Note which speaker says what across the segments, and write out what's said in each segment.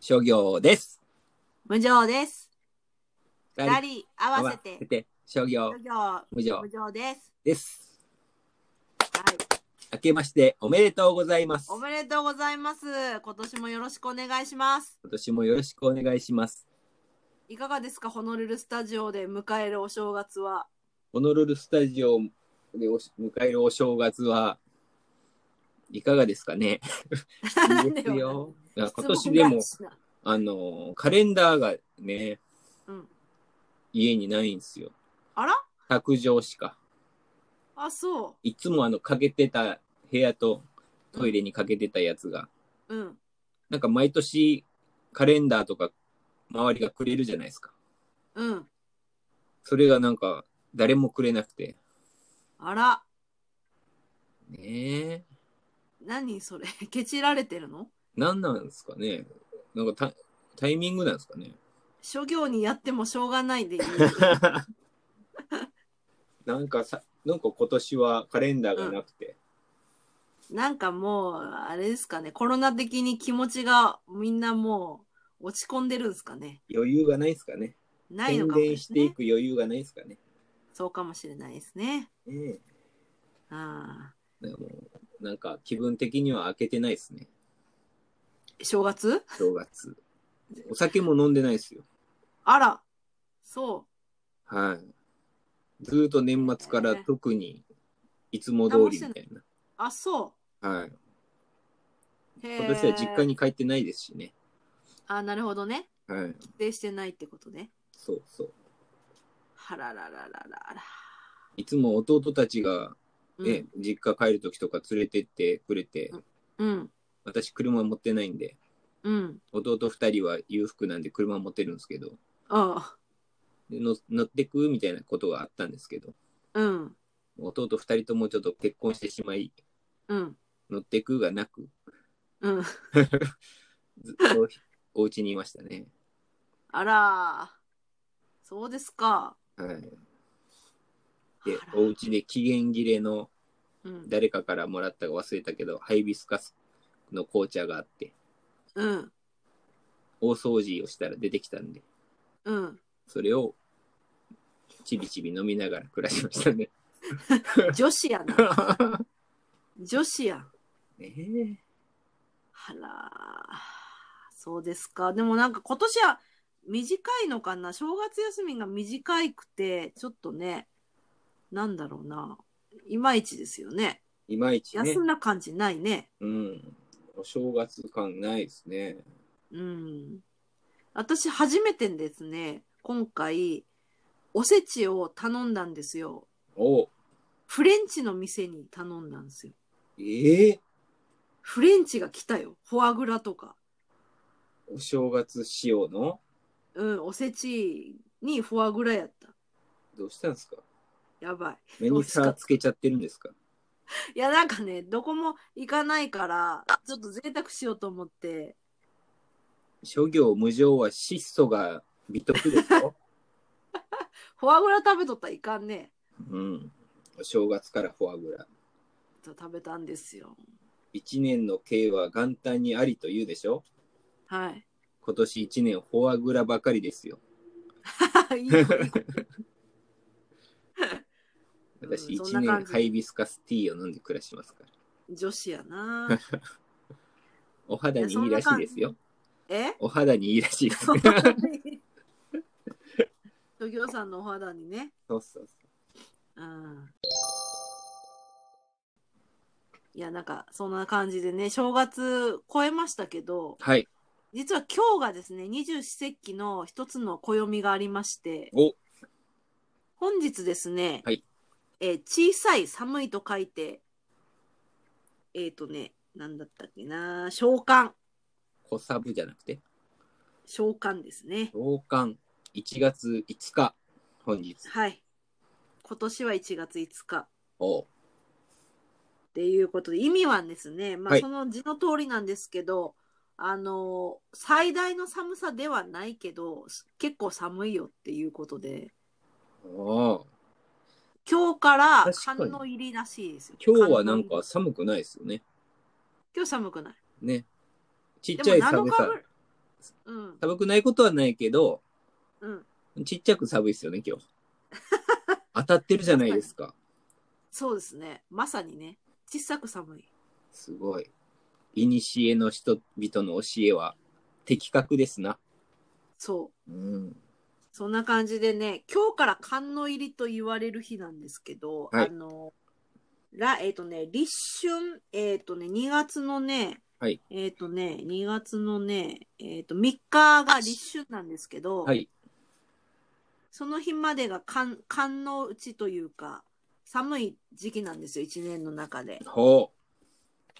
Speaker 1: 諸行です。
Speaker 2: 無常です。二
Speaker 1: 二
Speaker 2: 人合わせて、
Speaker 1: 諸行
Speaker 2: 無常、
Speaker 1: 無常
Speaker 2: 無常です。
Speaker 1: です。
Speaker 2: はい、
Speaker 1: 明けましておめでとうございます。
Speaker 2: お
Speaker 1: 今
Speaker 2: めでとうございます。今年もよろしくお願いします。
Speaker 1: 年もよろしくお願いします。
Speaker 2: いかがですか、ホノルルスタジオで迎えるお正月は。
Speaker 1: ホノルルスタジオでおし迎えるお正月はいかがですかね。いいですよ。いや今年でも、
Speaker 2: 質問がちな
Speaker 1: あの、カレンダーがね、
Speaker 2: うん、
Speaker 1: 家にないんですよ。
Speaker 2: あら
Speaker 1: 卓上しか。
Speaker 2: あ、そ
Speaker 1: いつもあの、かけてた部屋とトイレにかけてたやつが、
Speaker 2: う。うん。
Speaker 1: なんか毎年カレンダーとか周りがくれるじゃないですか。
Speaker 2: うん。
Speaker 1: それがなんか誰もくれなくて。
Speaker 2: あら、
Speaker 1: ねえ。
Speaker 2: 何それ。 ケチられてるの
Speaker 1: 何なんですかね。なんかタタイミングなんですかね。
Speaker 2: 諸行にやってもしょうがないでいい。
Speaker 1: なんかさ、なんか今年はカレンダーがなくて。
Speaker 2: なんかもう、あれですかね、コロナ的に気持ちがみんなもう落ち込んでるんですかね。
Speaker 1: 余裕がないですかね。
Speaker 2: ないの
Speaker 1: 宣
Speaker 2: かもしれない
Speaker 1: 伝
Speaker 2: です
Speaker 1: してい
Speaker 2: ね。
Speaker 1: く余裕がないですかね。
Speaker 2: そうかもしれないですね。
Speaker 1: ねえ
Speaker 2: あ
Speaker 1: なんかもうなんか気分的には開けてないですね。
Speaker 2: ー正月
Speaker 1: 正月。お酒も飲んでないですよ。
Speaker 2: あら、そ
Speaker 1: はい。ずーっと年末から特にいつも通りみたいな。
Speaker 2: う。あ、そ
Speaker 1: はい。
Speaker 2: う。へー
Speaker 1: 今年は実家。に帰ってないですしね。
Speaker 2: あ、なるほどね。
Speaker 1: はい。
Speaker 2: 帰省してないってことね。
Speaker 1: そうそう。
Speaker 2: はらららららら。
Speaker 1: いつも弟たちが、
Speaker 2: うん
Speaker 1: ね、実家帰るときとか連れてってくれて、
Speaker 2: うん。
Speaker 1: 私車持ってないんで、
Speaker 2: うん。
Speaker 1: 弟二人は裕福なんで車持ってるんですけど、
Speaker 2: あ
Speaker 1: での乗ってくみたいなことがあったんですけど、
Speaker 2: うん。
Speaker 1: 弟二人ともちょっと結婚してしまい、
Speaker 2: うん。
Speaker 1: 乗ってくがなく、
Speaker 2: うん。
Speaker 1: ずっと お家にいましたね。
Speaker 2: あらー。そうですか。
Speaker 1: はい。
Speaker 2: あ
Speaker 1: で
Speaker 2: ら、
Speaker 1: お家で期限切れの
Speaker 2: うん。
Speaker 1: 誰かからもらったか忘れたけど、ハイビスカスの紅茶があって、
Speaker 2: うん。
Speaker 1: 大掃除をしたら出てきたんで、
Speaker 2: うん。
Speaker 1: それをちびちび飲みながら暮らしましたね。
Speaker 2: 女子やな。女子やん。
Speaker 1: ねえ
Speaker 2: あらー、そうですか。でもなんか今年は短いのかな正月休みが短くて、ちょっとね、なんだろうな。いまいちですよね。
Speaker 1: いまいちね
Speaker 2: 休。んだ感じないね。
Speaker 1: うん。お正月感ないですね。
Speaker 2: うん。私初めてですね、今回、おせちを頼んだんですよ。
Speaker 1: お
Speaker 2: フレンチの店に頼んだんですよ。
Speaker 1: ええ
Speaker 2: フレンチが来たよ。フォアグラとか。
Speaker 1: お正月仕様の
Speaker 2: うん、おせちにフォアグラやった。
Speaker 1: どうしたんですか
Speaker 2: やばい。
Speaker 1: 目に差つけちゃってるんですか
Speaker 2: いや、なんかね、どこも行かないから、ちょっと贅沢しようと思って、
Speaker 1: 諸行無常は質素が美徳ですよ。
Speaker 2: フォアグラ食べとったらいかんね
Speaker 1: うん。お正月からフォアグラ。
Speaker 2: と食べたんですよ。
Speaker 1: 一年の計は元旦にありと言うでしょ
Speaker 2: はい。
Speaker 1: 今年一年フォアグラばかりですよ。
Speaker 2: いい子いい子うん
Speaker 1: 私
Speaker 2: そん
Speaker 1: 一
Speaker 2: な感
Speaker 1: 年
Speaker 2: じ
Speaker 1: ハイビスカスティーを飲んで暮らしてますから。
Speaker 2: 女子やな。
Speaker 1: お肌にいいらしいですよ。
Speaker 2: え
Speaker 1: お肌にいいらしいです。
Speaker 2: 諸行さんのお肌にね。
Speaker 1: そうそう
Speaker 2: うん。いや、なんか、そんな感じでね、正月超えましたけど、
Speaker 1: はい。
Speaker 2: 実は今日がですね、二十四節気の一つの暦がありまして、
Speaker 1: お
Speaker 2: 本日ですね、
Speaker 1: はい
Speaker 2: えー小さい寒いと書いて、えっ、とね、なんだったっけな、召喚、
Speaker 1: 小サブじゃなくて、
Speaker 2: 召喚ですね。
Speaker 1: 老館1月5日、本日。
Speaker 2: はい。今年は1月5日
Speaker 1: お
Speaker 2: っていうことで、意味はですね、まあ
Speaker 1: はい
Speaker 2: その字の通りなんですけど、あのー最大の寒さではないけど、結構寒いよっていうことで、
Speaker 1: お
Speaker 2: 今日か
Speaker 1: 確
Speaker 2: ら
Speaker 1: かに
Speaker 2: 寒の入りらしいですよ。
Speaker 1: 今日はなん
Speaker 2: 寒の入
Speaker 1: か
Speaker 2: り、
Speaker 1: 寒くないですよね。
Speaker 2: 今日寒くない。
Speaker 1: ね。ちっ
Speaker 2: で
Speaker 1: ちゃい
Speaker 2: も7
Speaker 1: 寒
Speaker 2: 日
Speaker 1: さ
Speaker 2: ぐ。らいうん。
Speaker 1: 寒くないことはないけど、
Speaker 2: うん。
Speaker 1: ちっちゃく寒いですよね、今 日。当たってるじゃないですか。
Speaker 2: そうですね。まさにね。小さく寒い。
Speaker 1: すごい。いにしえの人々の教えは的確ですな。
Speaker 2: そう。
Speaker 1: うん。
Speaker 2: そんな感じでね、今日から寒の入りと言われる日なんですけど、
Speaker 1: はい
Speaker 2: あの、ら、えっ、とね、立春、えっ、とね、2月のね、
Speaker 1: はい
Speaker 2: えっ、とね、2月のね、えっ、と、3日が立春なんですけど、
Speaker 1: はい。
Speaker 2: その日までが寒、寒のうちというか、寒い時期なんですよ、1年の中で。
Speaker 1: ほ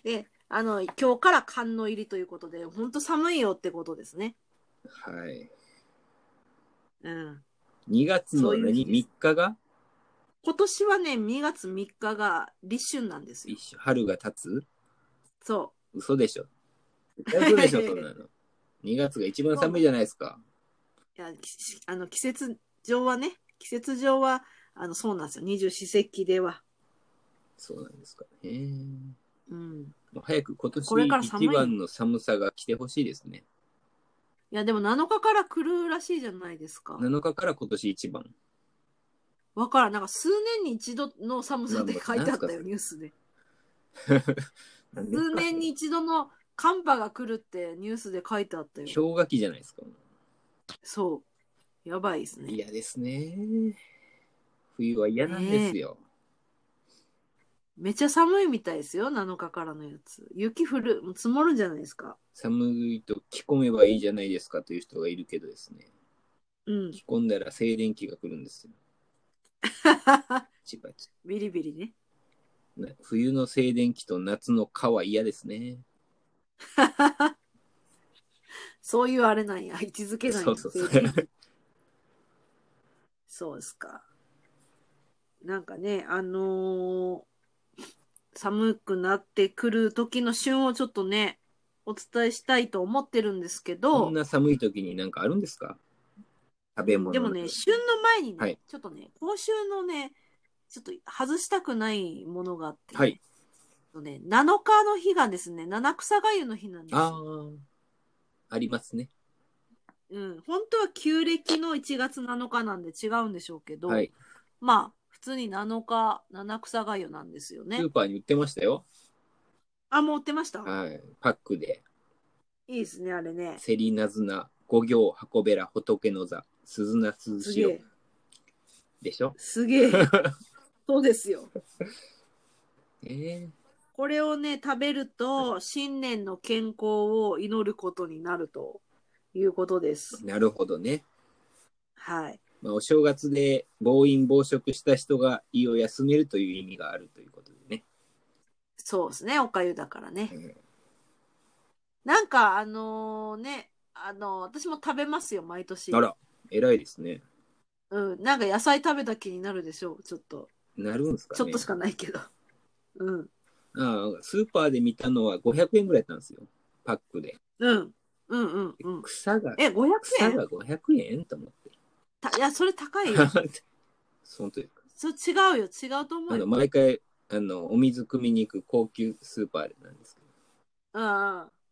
Speaker 2: で、あの、今日から寒の入りということで、ほんと寒いよってことですね。
Speaker 1: う。はい。
Speaker 2: うん。
Speaker 1: 2月の
Speaker 2: そういう
Speaker 1: 何
Speaker 2: 日
Speaker 1: ?3 日が
Speaker 2: 今年はね、2月3日が立春なんですよ。
Speaker 1: 一緒春が経つ
Speaker 2: そう。
Speaker 1: 嘘でしょ。嘘でしょ、そんなの。2月が一番寒いじゃないですか。
Speaker 2: いや、きしあの、季節上はね、季節上は、あの、そうなんですよ。二十四節気では。
Speaker 1: そうなんですかね。
Speaker 2: うん。
Speaker 1: もう早く今
Speaker 2: これから
Speaker 1: 年
Speaker 2: 寒い
Speaker 1: 一番の寒さが来てほしいですね。
Speaker 2: いや、でも7日から来るらしいじゃないですか。
Speaker 1: 7日から今年一番。
Speaker 2: わからん。なんか数年に一度の寒さって書いてあったよ、ニュースで。数年に一度の寒波が来るってニュースで書いてあったよ。
Speaker 1: 氷河期じゃないですか。
Speaker 2: そう。やばいですね。
Speaker 1: 嫌ですね。冬は嫌なんですよ。
Speaker 2: めっちゃ寒いみたいですよ、7日からのやつ。雪降る、もう積もるんじゃないですか。
Speaker 1: 寒いと着込めばいいじゃないですかという人がいるけどですね。
Speaker 2: うん。
Speaker 1: 着込んだら静電気が来るんですよ。チパチ
Speaker 2: ビリビリね。
Speaker 1: な冬の静電気と夏の蚊は嫌ですね。
Speaker 2: そういうあれなんや。位置づけなんや。
Speaker 1: そうそうそう。
Speaker 2: そうですか。なんかね、あのー寒くなってくる時の旬をちょっとね、お伝えしたいと思ってるんですけ
Speaker 1: こ
Speaker 2: ど
Speaker 1: ん、な寒い時になんかあるんですか食べ物。
Speaker 2: でもね、旬の前にね、
Speaker 1: はい
Speaker 2: ちょっとね、今週のね、ちょっと外したくないものがあって、ね、
Speaker 1: はい
Speaker 2: とね、7日の日がですね、七草がゆの日なんです
Speaker 1: あ
Speaker 2: よ。
Speaker 1: あ、ありますね。
Speaker 2: うん、本当は旧暦の1月7日なんで違うんでしょうけど、
Speaker 1: はい。
Speaker 2: まあ、普通に7日、七草がゆなんですよ
Speaker 1: ス
Speaker 2: ね
Speaker 1: ー。パーに売ってましたよ。
Speaker 2: あ、もう売ってました、
Speaker 1: はい。パックで、
Speaker 2: い、いですね、あれね。
Speaker 1: セリナズナ、五行、箱べら、仏の座、鈴名鈴
Speaker 2: すげ
Speaker 1: 潮
Speaker 2: え。
Speaker 1: でしょ
Speaker 2: すげえ。 そうですよ。
Speaker 1: ええ
Speaker 2: これをね、食べると、新年の健康を祈ることになるということです。
Speaker 1: なるほどね。
Speaker 2: はい。
Speaker 1: まあ、お正月で暴飲暴食した人が胃を休めるという意味があるということでね。
Speaker 2: そうですね、おかゆだからね。
Speaker 1: うん
Speaker 2: なんか、あのね、あの私も食べますよ、毎年。
Speaker 1: あら、偉いですね。
Speaker 2: うん、なんか野菜食べた気になるでしょう、ちょっと。
Speaker 1: なるんですかね。
Speaker 2: ちょっとしかないけど。うん。
Speaker 1: ああスーパーで見たのは500円ぐらいだったんですよ。パックで。
Speaker 2: うん。うんうんうん。
Speaker 1: 草が、
Speaker 2: え、500
Speaker 1: 草
Speaker 2: 円
Speaker 1: が500円と思って。
Speaker 2: たいや、それ高いよ。
Speaker 1: 本当に
Speaker 2: それ違うよ、違うと思
Speaker 1: あの
Speaker 2: うよ。
Speaker 1: 毎回あのお水汲みに行く高級スーパーなんですけ
Speaker 2: うんうん。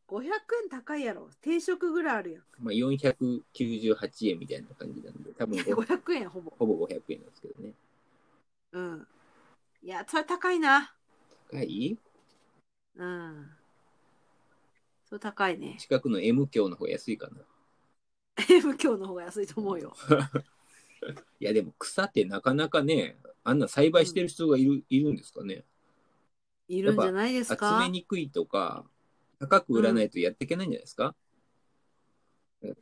Speaker 2: 500円高いやろ。定食ぐらいあるやん。
Speaker 1: ど、まあ、498円みたいな感じなんで多分 ご
Speaker 2: 500円ほぼ。
Speaker 1: ほぼ500円なんですけどね
Speaker 2: うん。いや、それ高いな。
Speaker 1: 高い
Speaker 2: うん。それ高いね。
Speaker 1: 近くの M 教の方が安いかな
Speaker 2: M 教の方が安いと思うよ。
Speaker 1: いやでも草ってなかなかねあんな栽培してる人がいる,、いるんですかね
Speaker 2: いるんじゃないです
Speaker 1: 集
Speaker 2: か
Speaker 1: めにくいとか高く売らないとやっていけないんじゃないですか、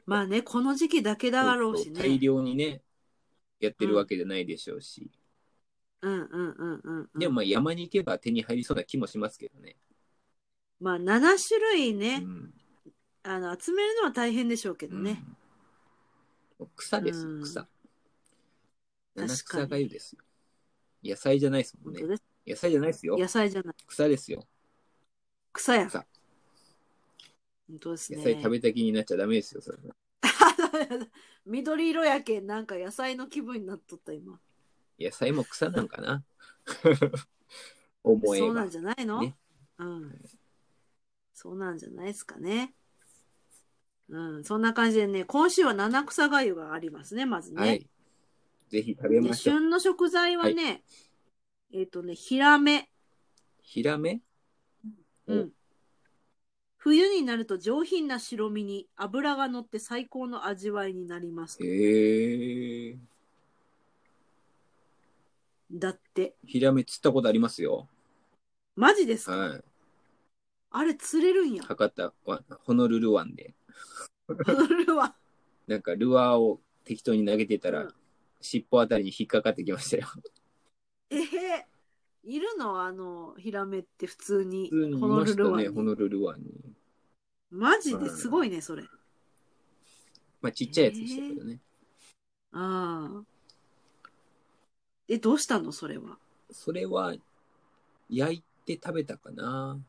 Speaker 2: まあね、この時期だけだろうし
Speaker 1: そうそう大
Speaker 2: ね。
Speaker 1: 量にねやってるわけじゃないでしょうし、
Speaker 2: うんうんうんうんうん。
Speaker 1: でもまあ山に行けば手に入りそうな気もしますけどね、
Speaker 2: まあ7種類
Speaker 1: う
Speaker 2: ね、
Speaker 1: ん、
Speaker 2: あの集めるのは大変でしょうけどね。
Speaker 1: うん。草です
Speaker 2: う
Speaker 1: よ、
Speaker 2: ん
Speaker 1: 草。
Speaker 2: 確かに
Speaker 1: 七草がゆですよ。野菜じゃないですもん
Speaker 2: 本
Speaker 1: ね
Speaker 2: 当。です。
Speaker 1: 野菜じゃないですよ。
Speaker 2: 野菜じゃない。
Speaker 1: 草ですよ。
Speaker 2: 草やん。
Speaker 1: 草
Speaker 2: 本当ですね。
Speaker 1: 野菜食べた気になっちゃダメですよ、それは
Speaker 2: 緑色やけん、なんか野菜の気分になっとった今。
Speaker 1: 野菜も草なんかな 思え
Speaker 2: そうな
Speaker 1: ば
Speaker 2: ん。じゃないの、
Speaker 1: ね
Speaker 2: うん。そうなんじゃないですかね。うん、そんな感じでね、今週は七草がゆがありますね、まずね。
Speaker 1: はい。ぜひ食べ
Speaker 2: で
Speaker 1: ましょう。
Speaker 2: 旬の食材はね、えっ、とね、ヒラメ。
Speaker 1: ヒラメ
Speaker 2: う
Speaker 1: お
Speaker 2: ん。冬になると上品な白身に脂が乗って最高の味わいになります。
Speaker 1: へえ。
Speaker 2: だって、
Speaker 1: ヒラメ釣ったことありますよ。
Speaker 2: マジですか、
Speaker 1: は
Speaker 2: あれ釣れるん
Speaker 1: い。
Speaker 2: や。
Speaker 1: 博多湾、ホノルル湾で。
Speaker 2: それは。
Speaker 1: なんかルアーを適当に投げてたら、
Speaker 2: うん
Speaker 1: 尻尾あたりに引っかかってきま したよ。
Speaker 2: えへいるのあの、ヒラメって普通に。
Speaker 1: 普通にい
Speaker 2: ホノ
Speaker 1: ま
Speaker 2: ル
Speaker 1: した
Speaker 2: ル湾
Speaker 1: ね、
Speaker 2: に
Speaker 1: ホノルル湾に。
Speaker 2: マジですごいね、それ。
Speaker 1: まあちっちゃいやつでしたけどね。
Speaker 2: ああ。え、どうしたのそれは。
Speaker 1: それは、焼いて食べたかな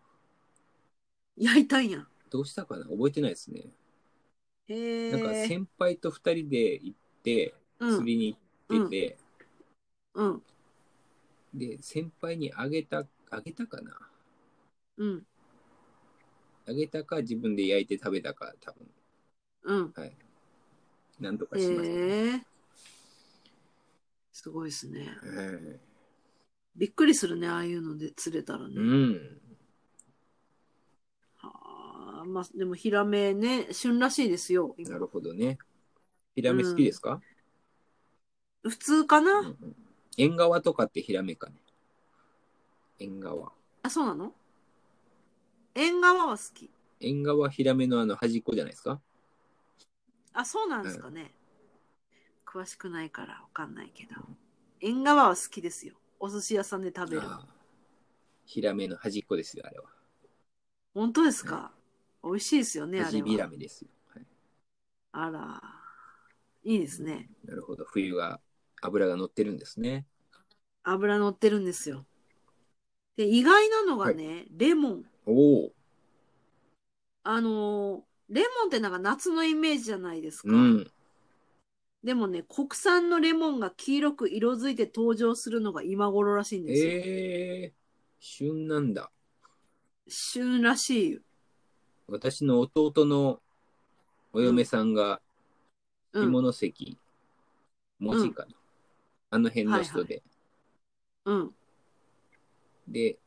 Speaker 2: 焼いたんや。
Speaker 1: どうしたかな覚えてないですね。
Speaker 2: へえ。
Speaker 1: なんか先輩と二人で行って、
Speaker 2: う
Speaker 1: 釣
Speaker 2: ん。
Speaker 1: りに行ってて、
Speaker 2: うん。
Speaker 1: で、先輩にあげた、あげたかな
Speaker 2: うん。
Speaker 1: あげたか自分で焼いて食べたか、多分、
Speaker 2: うん。
Speaker 1: なんとか
Speaker 2: へ
Speaker 1: しましたね。
Speaker 2: え。すごいですね。
Speaker 1: はい
Speaker 2: びっくりするね、ああいうので釣れたらね。
Speaker 1: うん。
Speaker 2: はあまあ、でもヒラメね、旬らしいですよ。
Speaker 1: なるほどね。ヒラメ好きですか、
Speaker 2: 普通かな、
Speaker 1: うんうん縁側とかってヒラメかね。縁側。
Speaker 2: あ、そうなの縁側は好き。
Speaker 1: 縁側ヒラメのあの端っこじゃないですか
Speaker 2: あ、そうなんですかね。詳しくないからわかんないけど。縁側は好きですよ。お寿司屋さんで食べる。
Speaker 1: ああヒラメの端っこですよ、あれは。
Speaker 2: 本当ですか、美味しいですよね、あ
Speaker 1: 端
Speaker 2: れ
Speaker 1: ヒ
Speaker 2: は
Speaker 1: ラ。メですよ、はい。
Speaker 2: あら。いいですね。
Speaker 1: なるほど。冬が油が乗ってるんですね。
Speaker 2: 油乗ってるんですよ。で、意外なのがね、レモン。
Speaker 1: おお。
Speaker 2: あのーレモンってなんか夏のイメージじゃないですか。
Speaker 1: うん。
Speaker 2: でもね、国産のレモンが黄色く色づいて登場するのが今頃らしいんですよ。
Speaker 1: ええ旬なんだ。
Speaker 2: 旬らしいよ。
Speaker 1: 私の弟のお嫁さんが
Speaker 2: うん。
Speaker 1: 下関、文字かな、あの辺の人で、
Speaker 2: うん。
Speaker 1: で、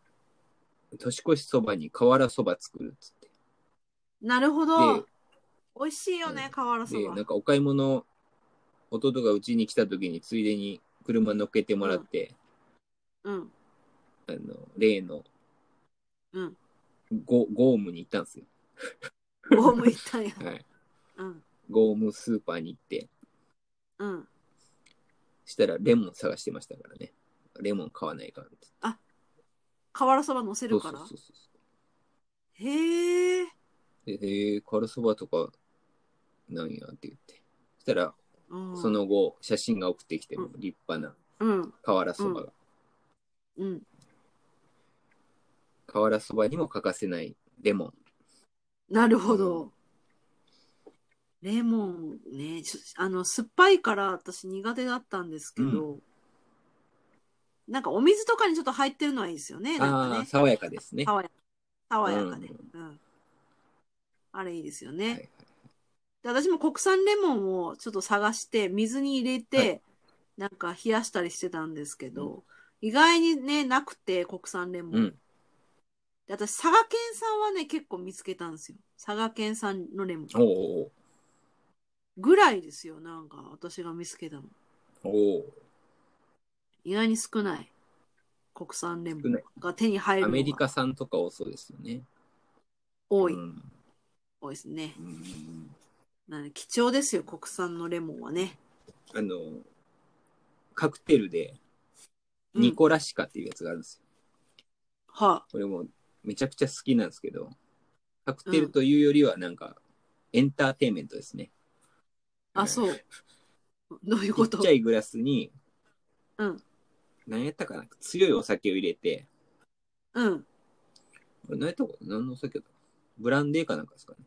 Speaker 1: 年越しそばに瓦そば作るっつって。
Speaker 2: なるほ
Speaker 1: で
Speaker 2: ど。美味しいよ
Speaker 1: う
Speaker 2: ね、瓦そ
Speaker 1: で、
Speaker 2: ば
Speaker 1: なん。かお買い物、弟がうちに来た時についでに車乗っけてもらって、
Speaker 2: うん。
Speaker 1: あの、例の
Speaker 2: うん。
Speaker 1: ゴゴームに行ったんですよ。
Speaker 2: ゴムいったんや。
Speaker 1: はい。
Speaker 2: うん。
Speaker 1: ゴームスーパーに行って、
Speaker 2: うん。
Speaker 1: したらレモン探してましたからね。レモン買わないからって。
Speaker 2: 瓦そば乗せるから。
Speaker 1: そうそうそうそ
Speaker 2: へえ。
Speaker 1: う。で、へえー、瓦そばとか、なんやって言って。したら、
Speaker 2: うん。
Speaker 1: その後、写真が送ってきても
Speaker 2: う
Speaker 1: 立派な
Speaker 2: うん。
Speaker 1: 瓦そばが。
Speaker 2: うん。
Speaker 1: 瓦そばにも欠かせないレモン。
Speaker 2: なるほど。レモンね、ちょあの、酸っぱいから私苦手だったんですけど、なんかお水とかにちょっと入ってるのはいいですよね。なん
Speaker 1: あ
Speaker 2: か
Speaker 1: あ、
Speaker 2: ね。
Speaker 1: 爽やかですね。は
Speaker 2: 爽や爽やかで、うん。あれいいですよね、
Speaker 1: いはい
Speaker 2: で。私も国産レモンをちょっと探して、水に入れて、
Speaker 1: は
Speaker 2: なんか冷やしたりしてたんですけど、意外にね、なくて、国産レモン。
Speaker 1: うん。
Speaker 2: で私、佐賀県産はね、結構見つけたんですよ。佐賀県産のレモン。
Speaker 1: おお
Speaker 2: ぐらいですよ、なんか、私が見つけたの。
Speaker 1: おお
Speaker 2: 意外に少ない。国産レモ
Speaker 1: 少ない
Speaker 2: ンが手に入
Speaker 1: ア
Speaker 2: る
Speaker 1: メ
Speaker 2: の
Speaker 1: リ
Speaker 2: が
Speaker 1: カ産とか多そうですよね。
Speaker 2: 多い、
Speaker 1: うん
Speaker 2: 多いですね。
Speaker 1: うん
Speaker 2: なので貴重ですよ、国産のレモンはね。
Speaker 1: あの、カクテルで
Speaker 2: うん
Speaker 1: ニコラシカっていうやつがあるんですよ。
Speaker 2: は
Speaker 1: これもめちゃくちゃ好きなんですけど、カクテルというよりはなんかエンターテインメントですね。
Speaker 2: あ、あ、そう。どうい
Speaker 1: ち
Speaker 2: うこ
Speaker 1: っ
Speaker 2: と
Speaker 1: ちゃいグラスに
Speaker 2: うん、
Speaker 1: 何やったかな強いお酒を入れて、
Speaker 2: うん、
Speaker 1: これ何やったかな何のお酒だブランデーかなんかですかね。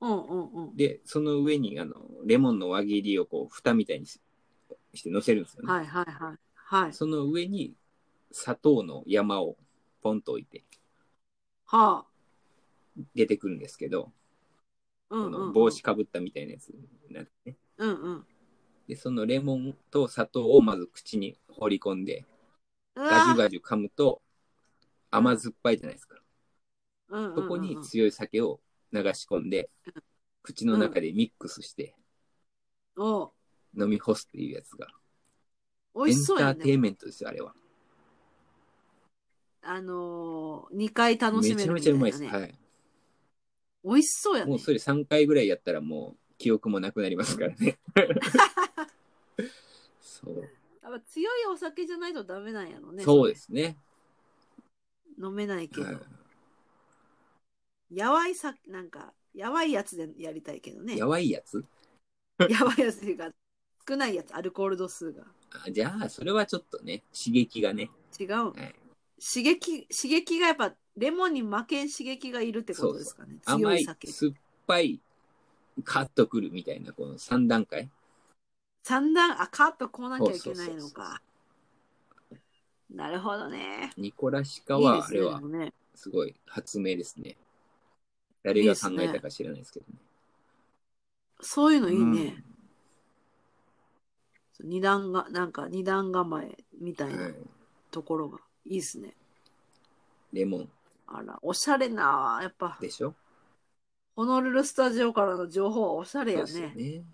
Speaker 2: うん、うん、うん。
Speaker 1: で、その上にあのレモンの輪切りをこう蓋みたいにしして乗せるんですよね。
Speaker 2: はい、はい、はい。はい。
Speaker 1: その上に砂糖の山をポンと置いて
Speaker 2: はあ。
Speaker 1: 出てくるんですけど、こ
Speaker 2: うんうんう
Speaker 1: の
Speaker 2: ん。
Speaker 1: 帽子かぶったみたいなやつになってね。
Speaker 2: うんうん。
Speaker 1: で、そのレモンと砂糖をまず口に放り込んで、
Speaker 2: う
Speaker 1: ガジュ
Speaker 2: わ
Speaker 1: ガジュ噛むと甘酸っぱいじゃないですか。
Speaker 2: うんうんうんう
Speaker 1: そ
Speaker 2: ん
Speaker 1: こに強い酒を流し込んで、口の中でミックスして
Speaker 2: おう
Speaker 1: 飲み干すっていうやつが。
Speaker 2: 美味しそう
Speaker 1: エン
Speaker 2: や
Speaker 1: ターテイ
Speaker 2: ね。
Speaker 1: ンメントですよ、あれは。
Speaker 2: あのー、2回楽し
Speaker 1: め
Speaker 2: め
Speaker 1: ちゃ
Speaker 2: るみ
Speaker 1: め
Speaker 2: た
Speaker 1: ちゃ
Speaker 2: いうな
Speaker 1: ま
Speaker 2: ね。
Speaker 1: いです。はい。
Speaker 2: 美味しそうやね。
Speaker 1: もうそれ3回ぐらいやったらもう記憶もなくなりますから ね。そう
Speaker 2: やっぱ強いお酒じゃないとダメなんやろね。
Speaker 1: そうですね。
Speaker 2: 飲めないけど。
Speaker 1: はい
Speaker 2: やわいさ、なんか、やわいやつでやりたいけどね。
Speaker 1: やばいやつ
Speaker 2: やばいやつっていうか、少ないやつ、アルコール度数が。
Speaker 1: あじゃあ、それはちょっとね、刺激がね。
Speaker 2: 違
Speaker 1: は
Speaker 2: う。
Speaker 1: い
Speaker 2: 刺激、刺激がやっぱ、レモンに負けん刺激がいるってことですかね。強
Speaker 1: 甘
Speaker 2: い
Speaker 1: い、
Speaker 2: 酒。
Speaker 1: 酸っぱい、カッとくるみたいな、この3段階。
Speaker 2: 三段、あ、カッとこうなきゃいけない
Speaker 1: そ
Speaker 2: の
Speaker 1: うそうそう
Speaker 2: か。なるほどね。
Speaker 1: ニコラシ
Speaker 2: い
Speaker 1: カ
Speaker 2: いで
Speaker 1: は、あ
Speaker 2: すね。
Speaker 1: れ
Speaker 2: で
Speaker 1: は
Speaker 2: もね
Speaker 1: すごい発明ですね。誰が考えたか知らないですけどね。
Speaker 2: そういうのいいね。
Speaker 1: うん
Speaker 2: そう二段が、なんか二段構えみたい
Speaker 1: は
Speaker 2: ないところが、いいですね。
Speaker 1: レモン
Speaker 2: あら、おしゃれな、やっぱ、
Speaker 1: でしょ
Speaker 2: ホノルルスタジオからの情報はおしゃれ
Speaker 1: そう
Speaker 2: や
Speaker 1: ですよ
Speaker 2: ね。
Speaker 1: ね。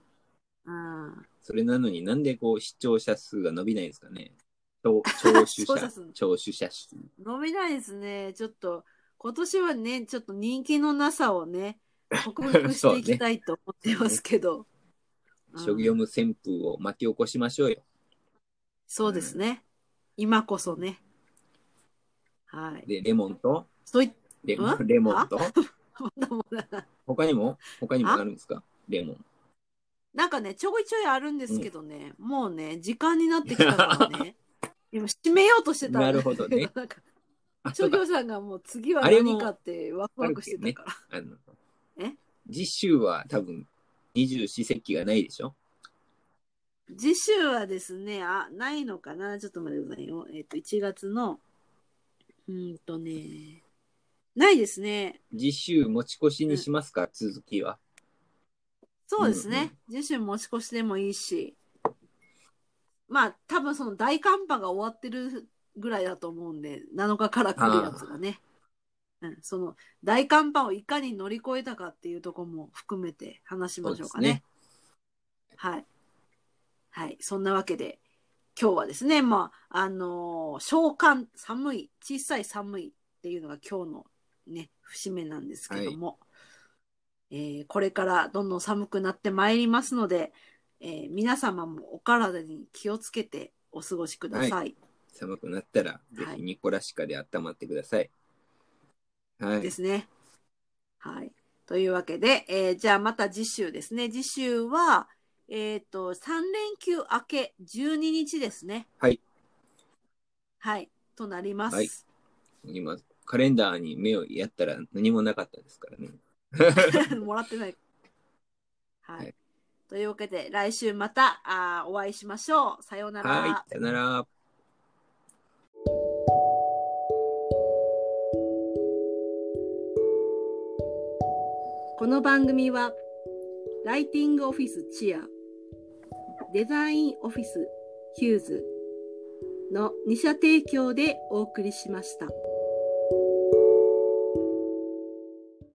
Speaker 2: うん。
Speaker 1: それなのになんでこう視聴者数が伸びないんですかね。聴 聴取
Speaker 2: そうです
Speaker 1: 者、聴取者数。
Speaker 2: 飲めないですね。ちょっと、今年はね、ちょっと人気のなさをね、 克服していきたいと思ってますけど。うん
Speaker 1: 職業無旋風を巻き起こしましょうよ。
Speaker 2: そうですね。今こそね。はい。
Speaker 1: で、レモンと、
Speaker 2: そういっ
Speaker 1: レモ
Speaker 2: う
Speaker 1: ンレモンと、
Speaker 2: たものもな
Speaker 1: 他にも、他にもあるんですかレモン。
Speaker 2: なんかね、ちょいちょいあるんですけどね、もうね、時間になってきたから ね、今、締めようとしてたんだけ
Speaker 1: なるほど ね。
Speaker 2: なんか、
Speaker 1: あ、そ
Speaker 2: 諸
Speaker 1: うだ。
Speaker 2: 行さんがもう次は
Speaker 1: あれも
Speaker 2: 何かってワクワクしてたから。
Speaker 1: あの
Speaker 2: え
Speaker 1: 実習は多分二十四節気がないでしょ
Speaker 2: 次週はですね、あ、ないのかなちょっと待ってくださいよ。えっ、と、1月の、うーんとね、ないですね。
Speaker 1: 実習持ち越しにしますか、続きは。
Speaker 2: そうです
Speaker 1: うんうん
Speaker 2: ね。次週持ち越しでもいいし、まあ、多分その大寒波が終わってるぐらいだと思うんで、7日から来るやつがね。うん、その大寒波をいかに乗り越えたかっていうところも含めて話しましょうかね。はい。はい。そんなわけで、今日はですね、まあ、あのー小寒、寒い、小さい寒いっていうのが今日のね、節目なんですけども、えーこれからどんどん寒くなってまいりますので、えー皆様もお体に気をつけてお過ごしください。
Speaker 1: 寒くなったら、ぜ
Speaker 2: はい
Speaker 1: ひニコラシカで温まってください。はい。
Speaker 2: ですね。はい。というわけで、えーじゃあまた次週ですね。次週は、えっ、と、3連休明け12日ですね。
Speaker 1: はい。
Speaker 2: はい。となります。
Speaker 1: はい今、カレンダーに目をやったら何もなかったですからね。
Speaker 2: もらってない。はい。
Speaker 1: はい
Speaker 2: というわけで、来週またあーお会いしましょう。さようなら。
Speaker 1: はい、さよなら。
Speaker 2: この番組はライティングオフィスチアデザインオフィスヒューズの2社提供でお送りしました。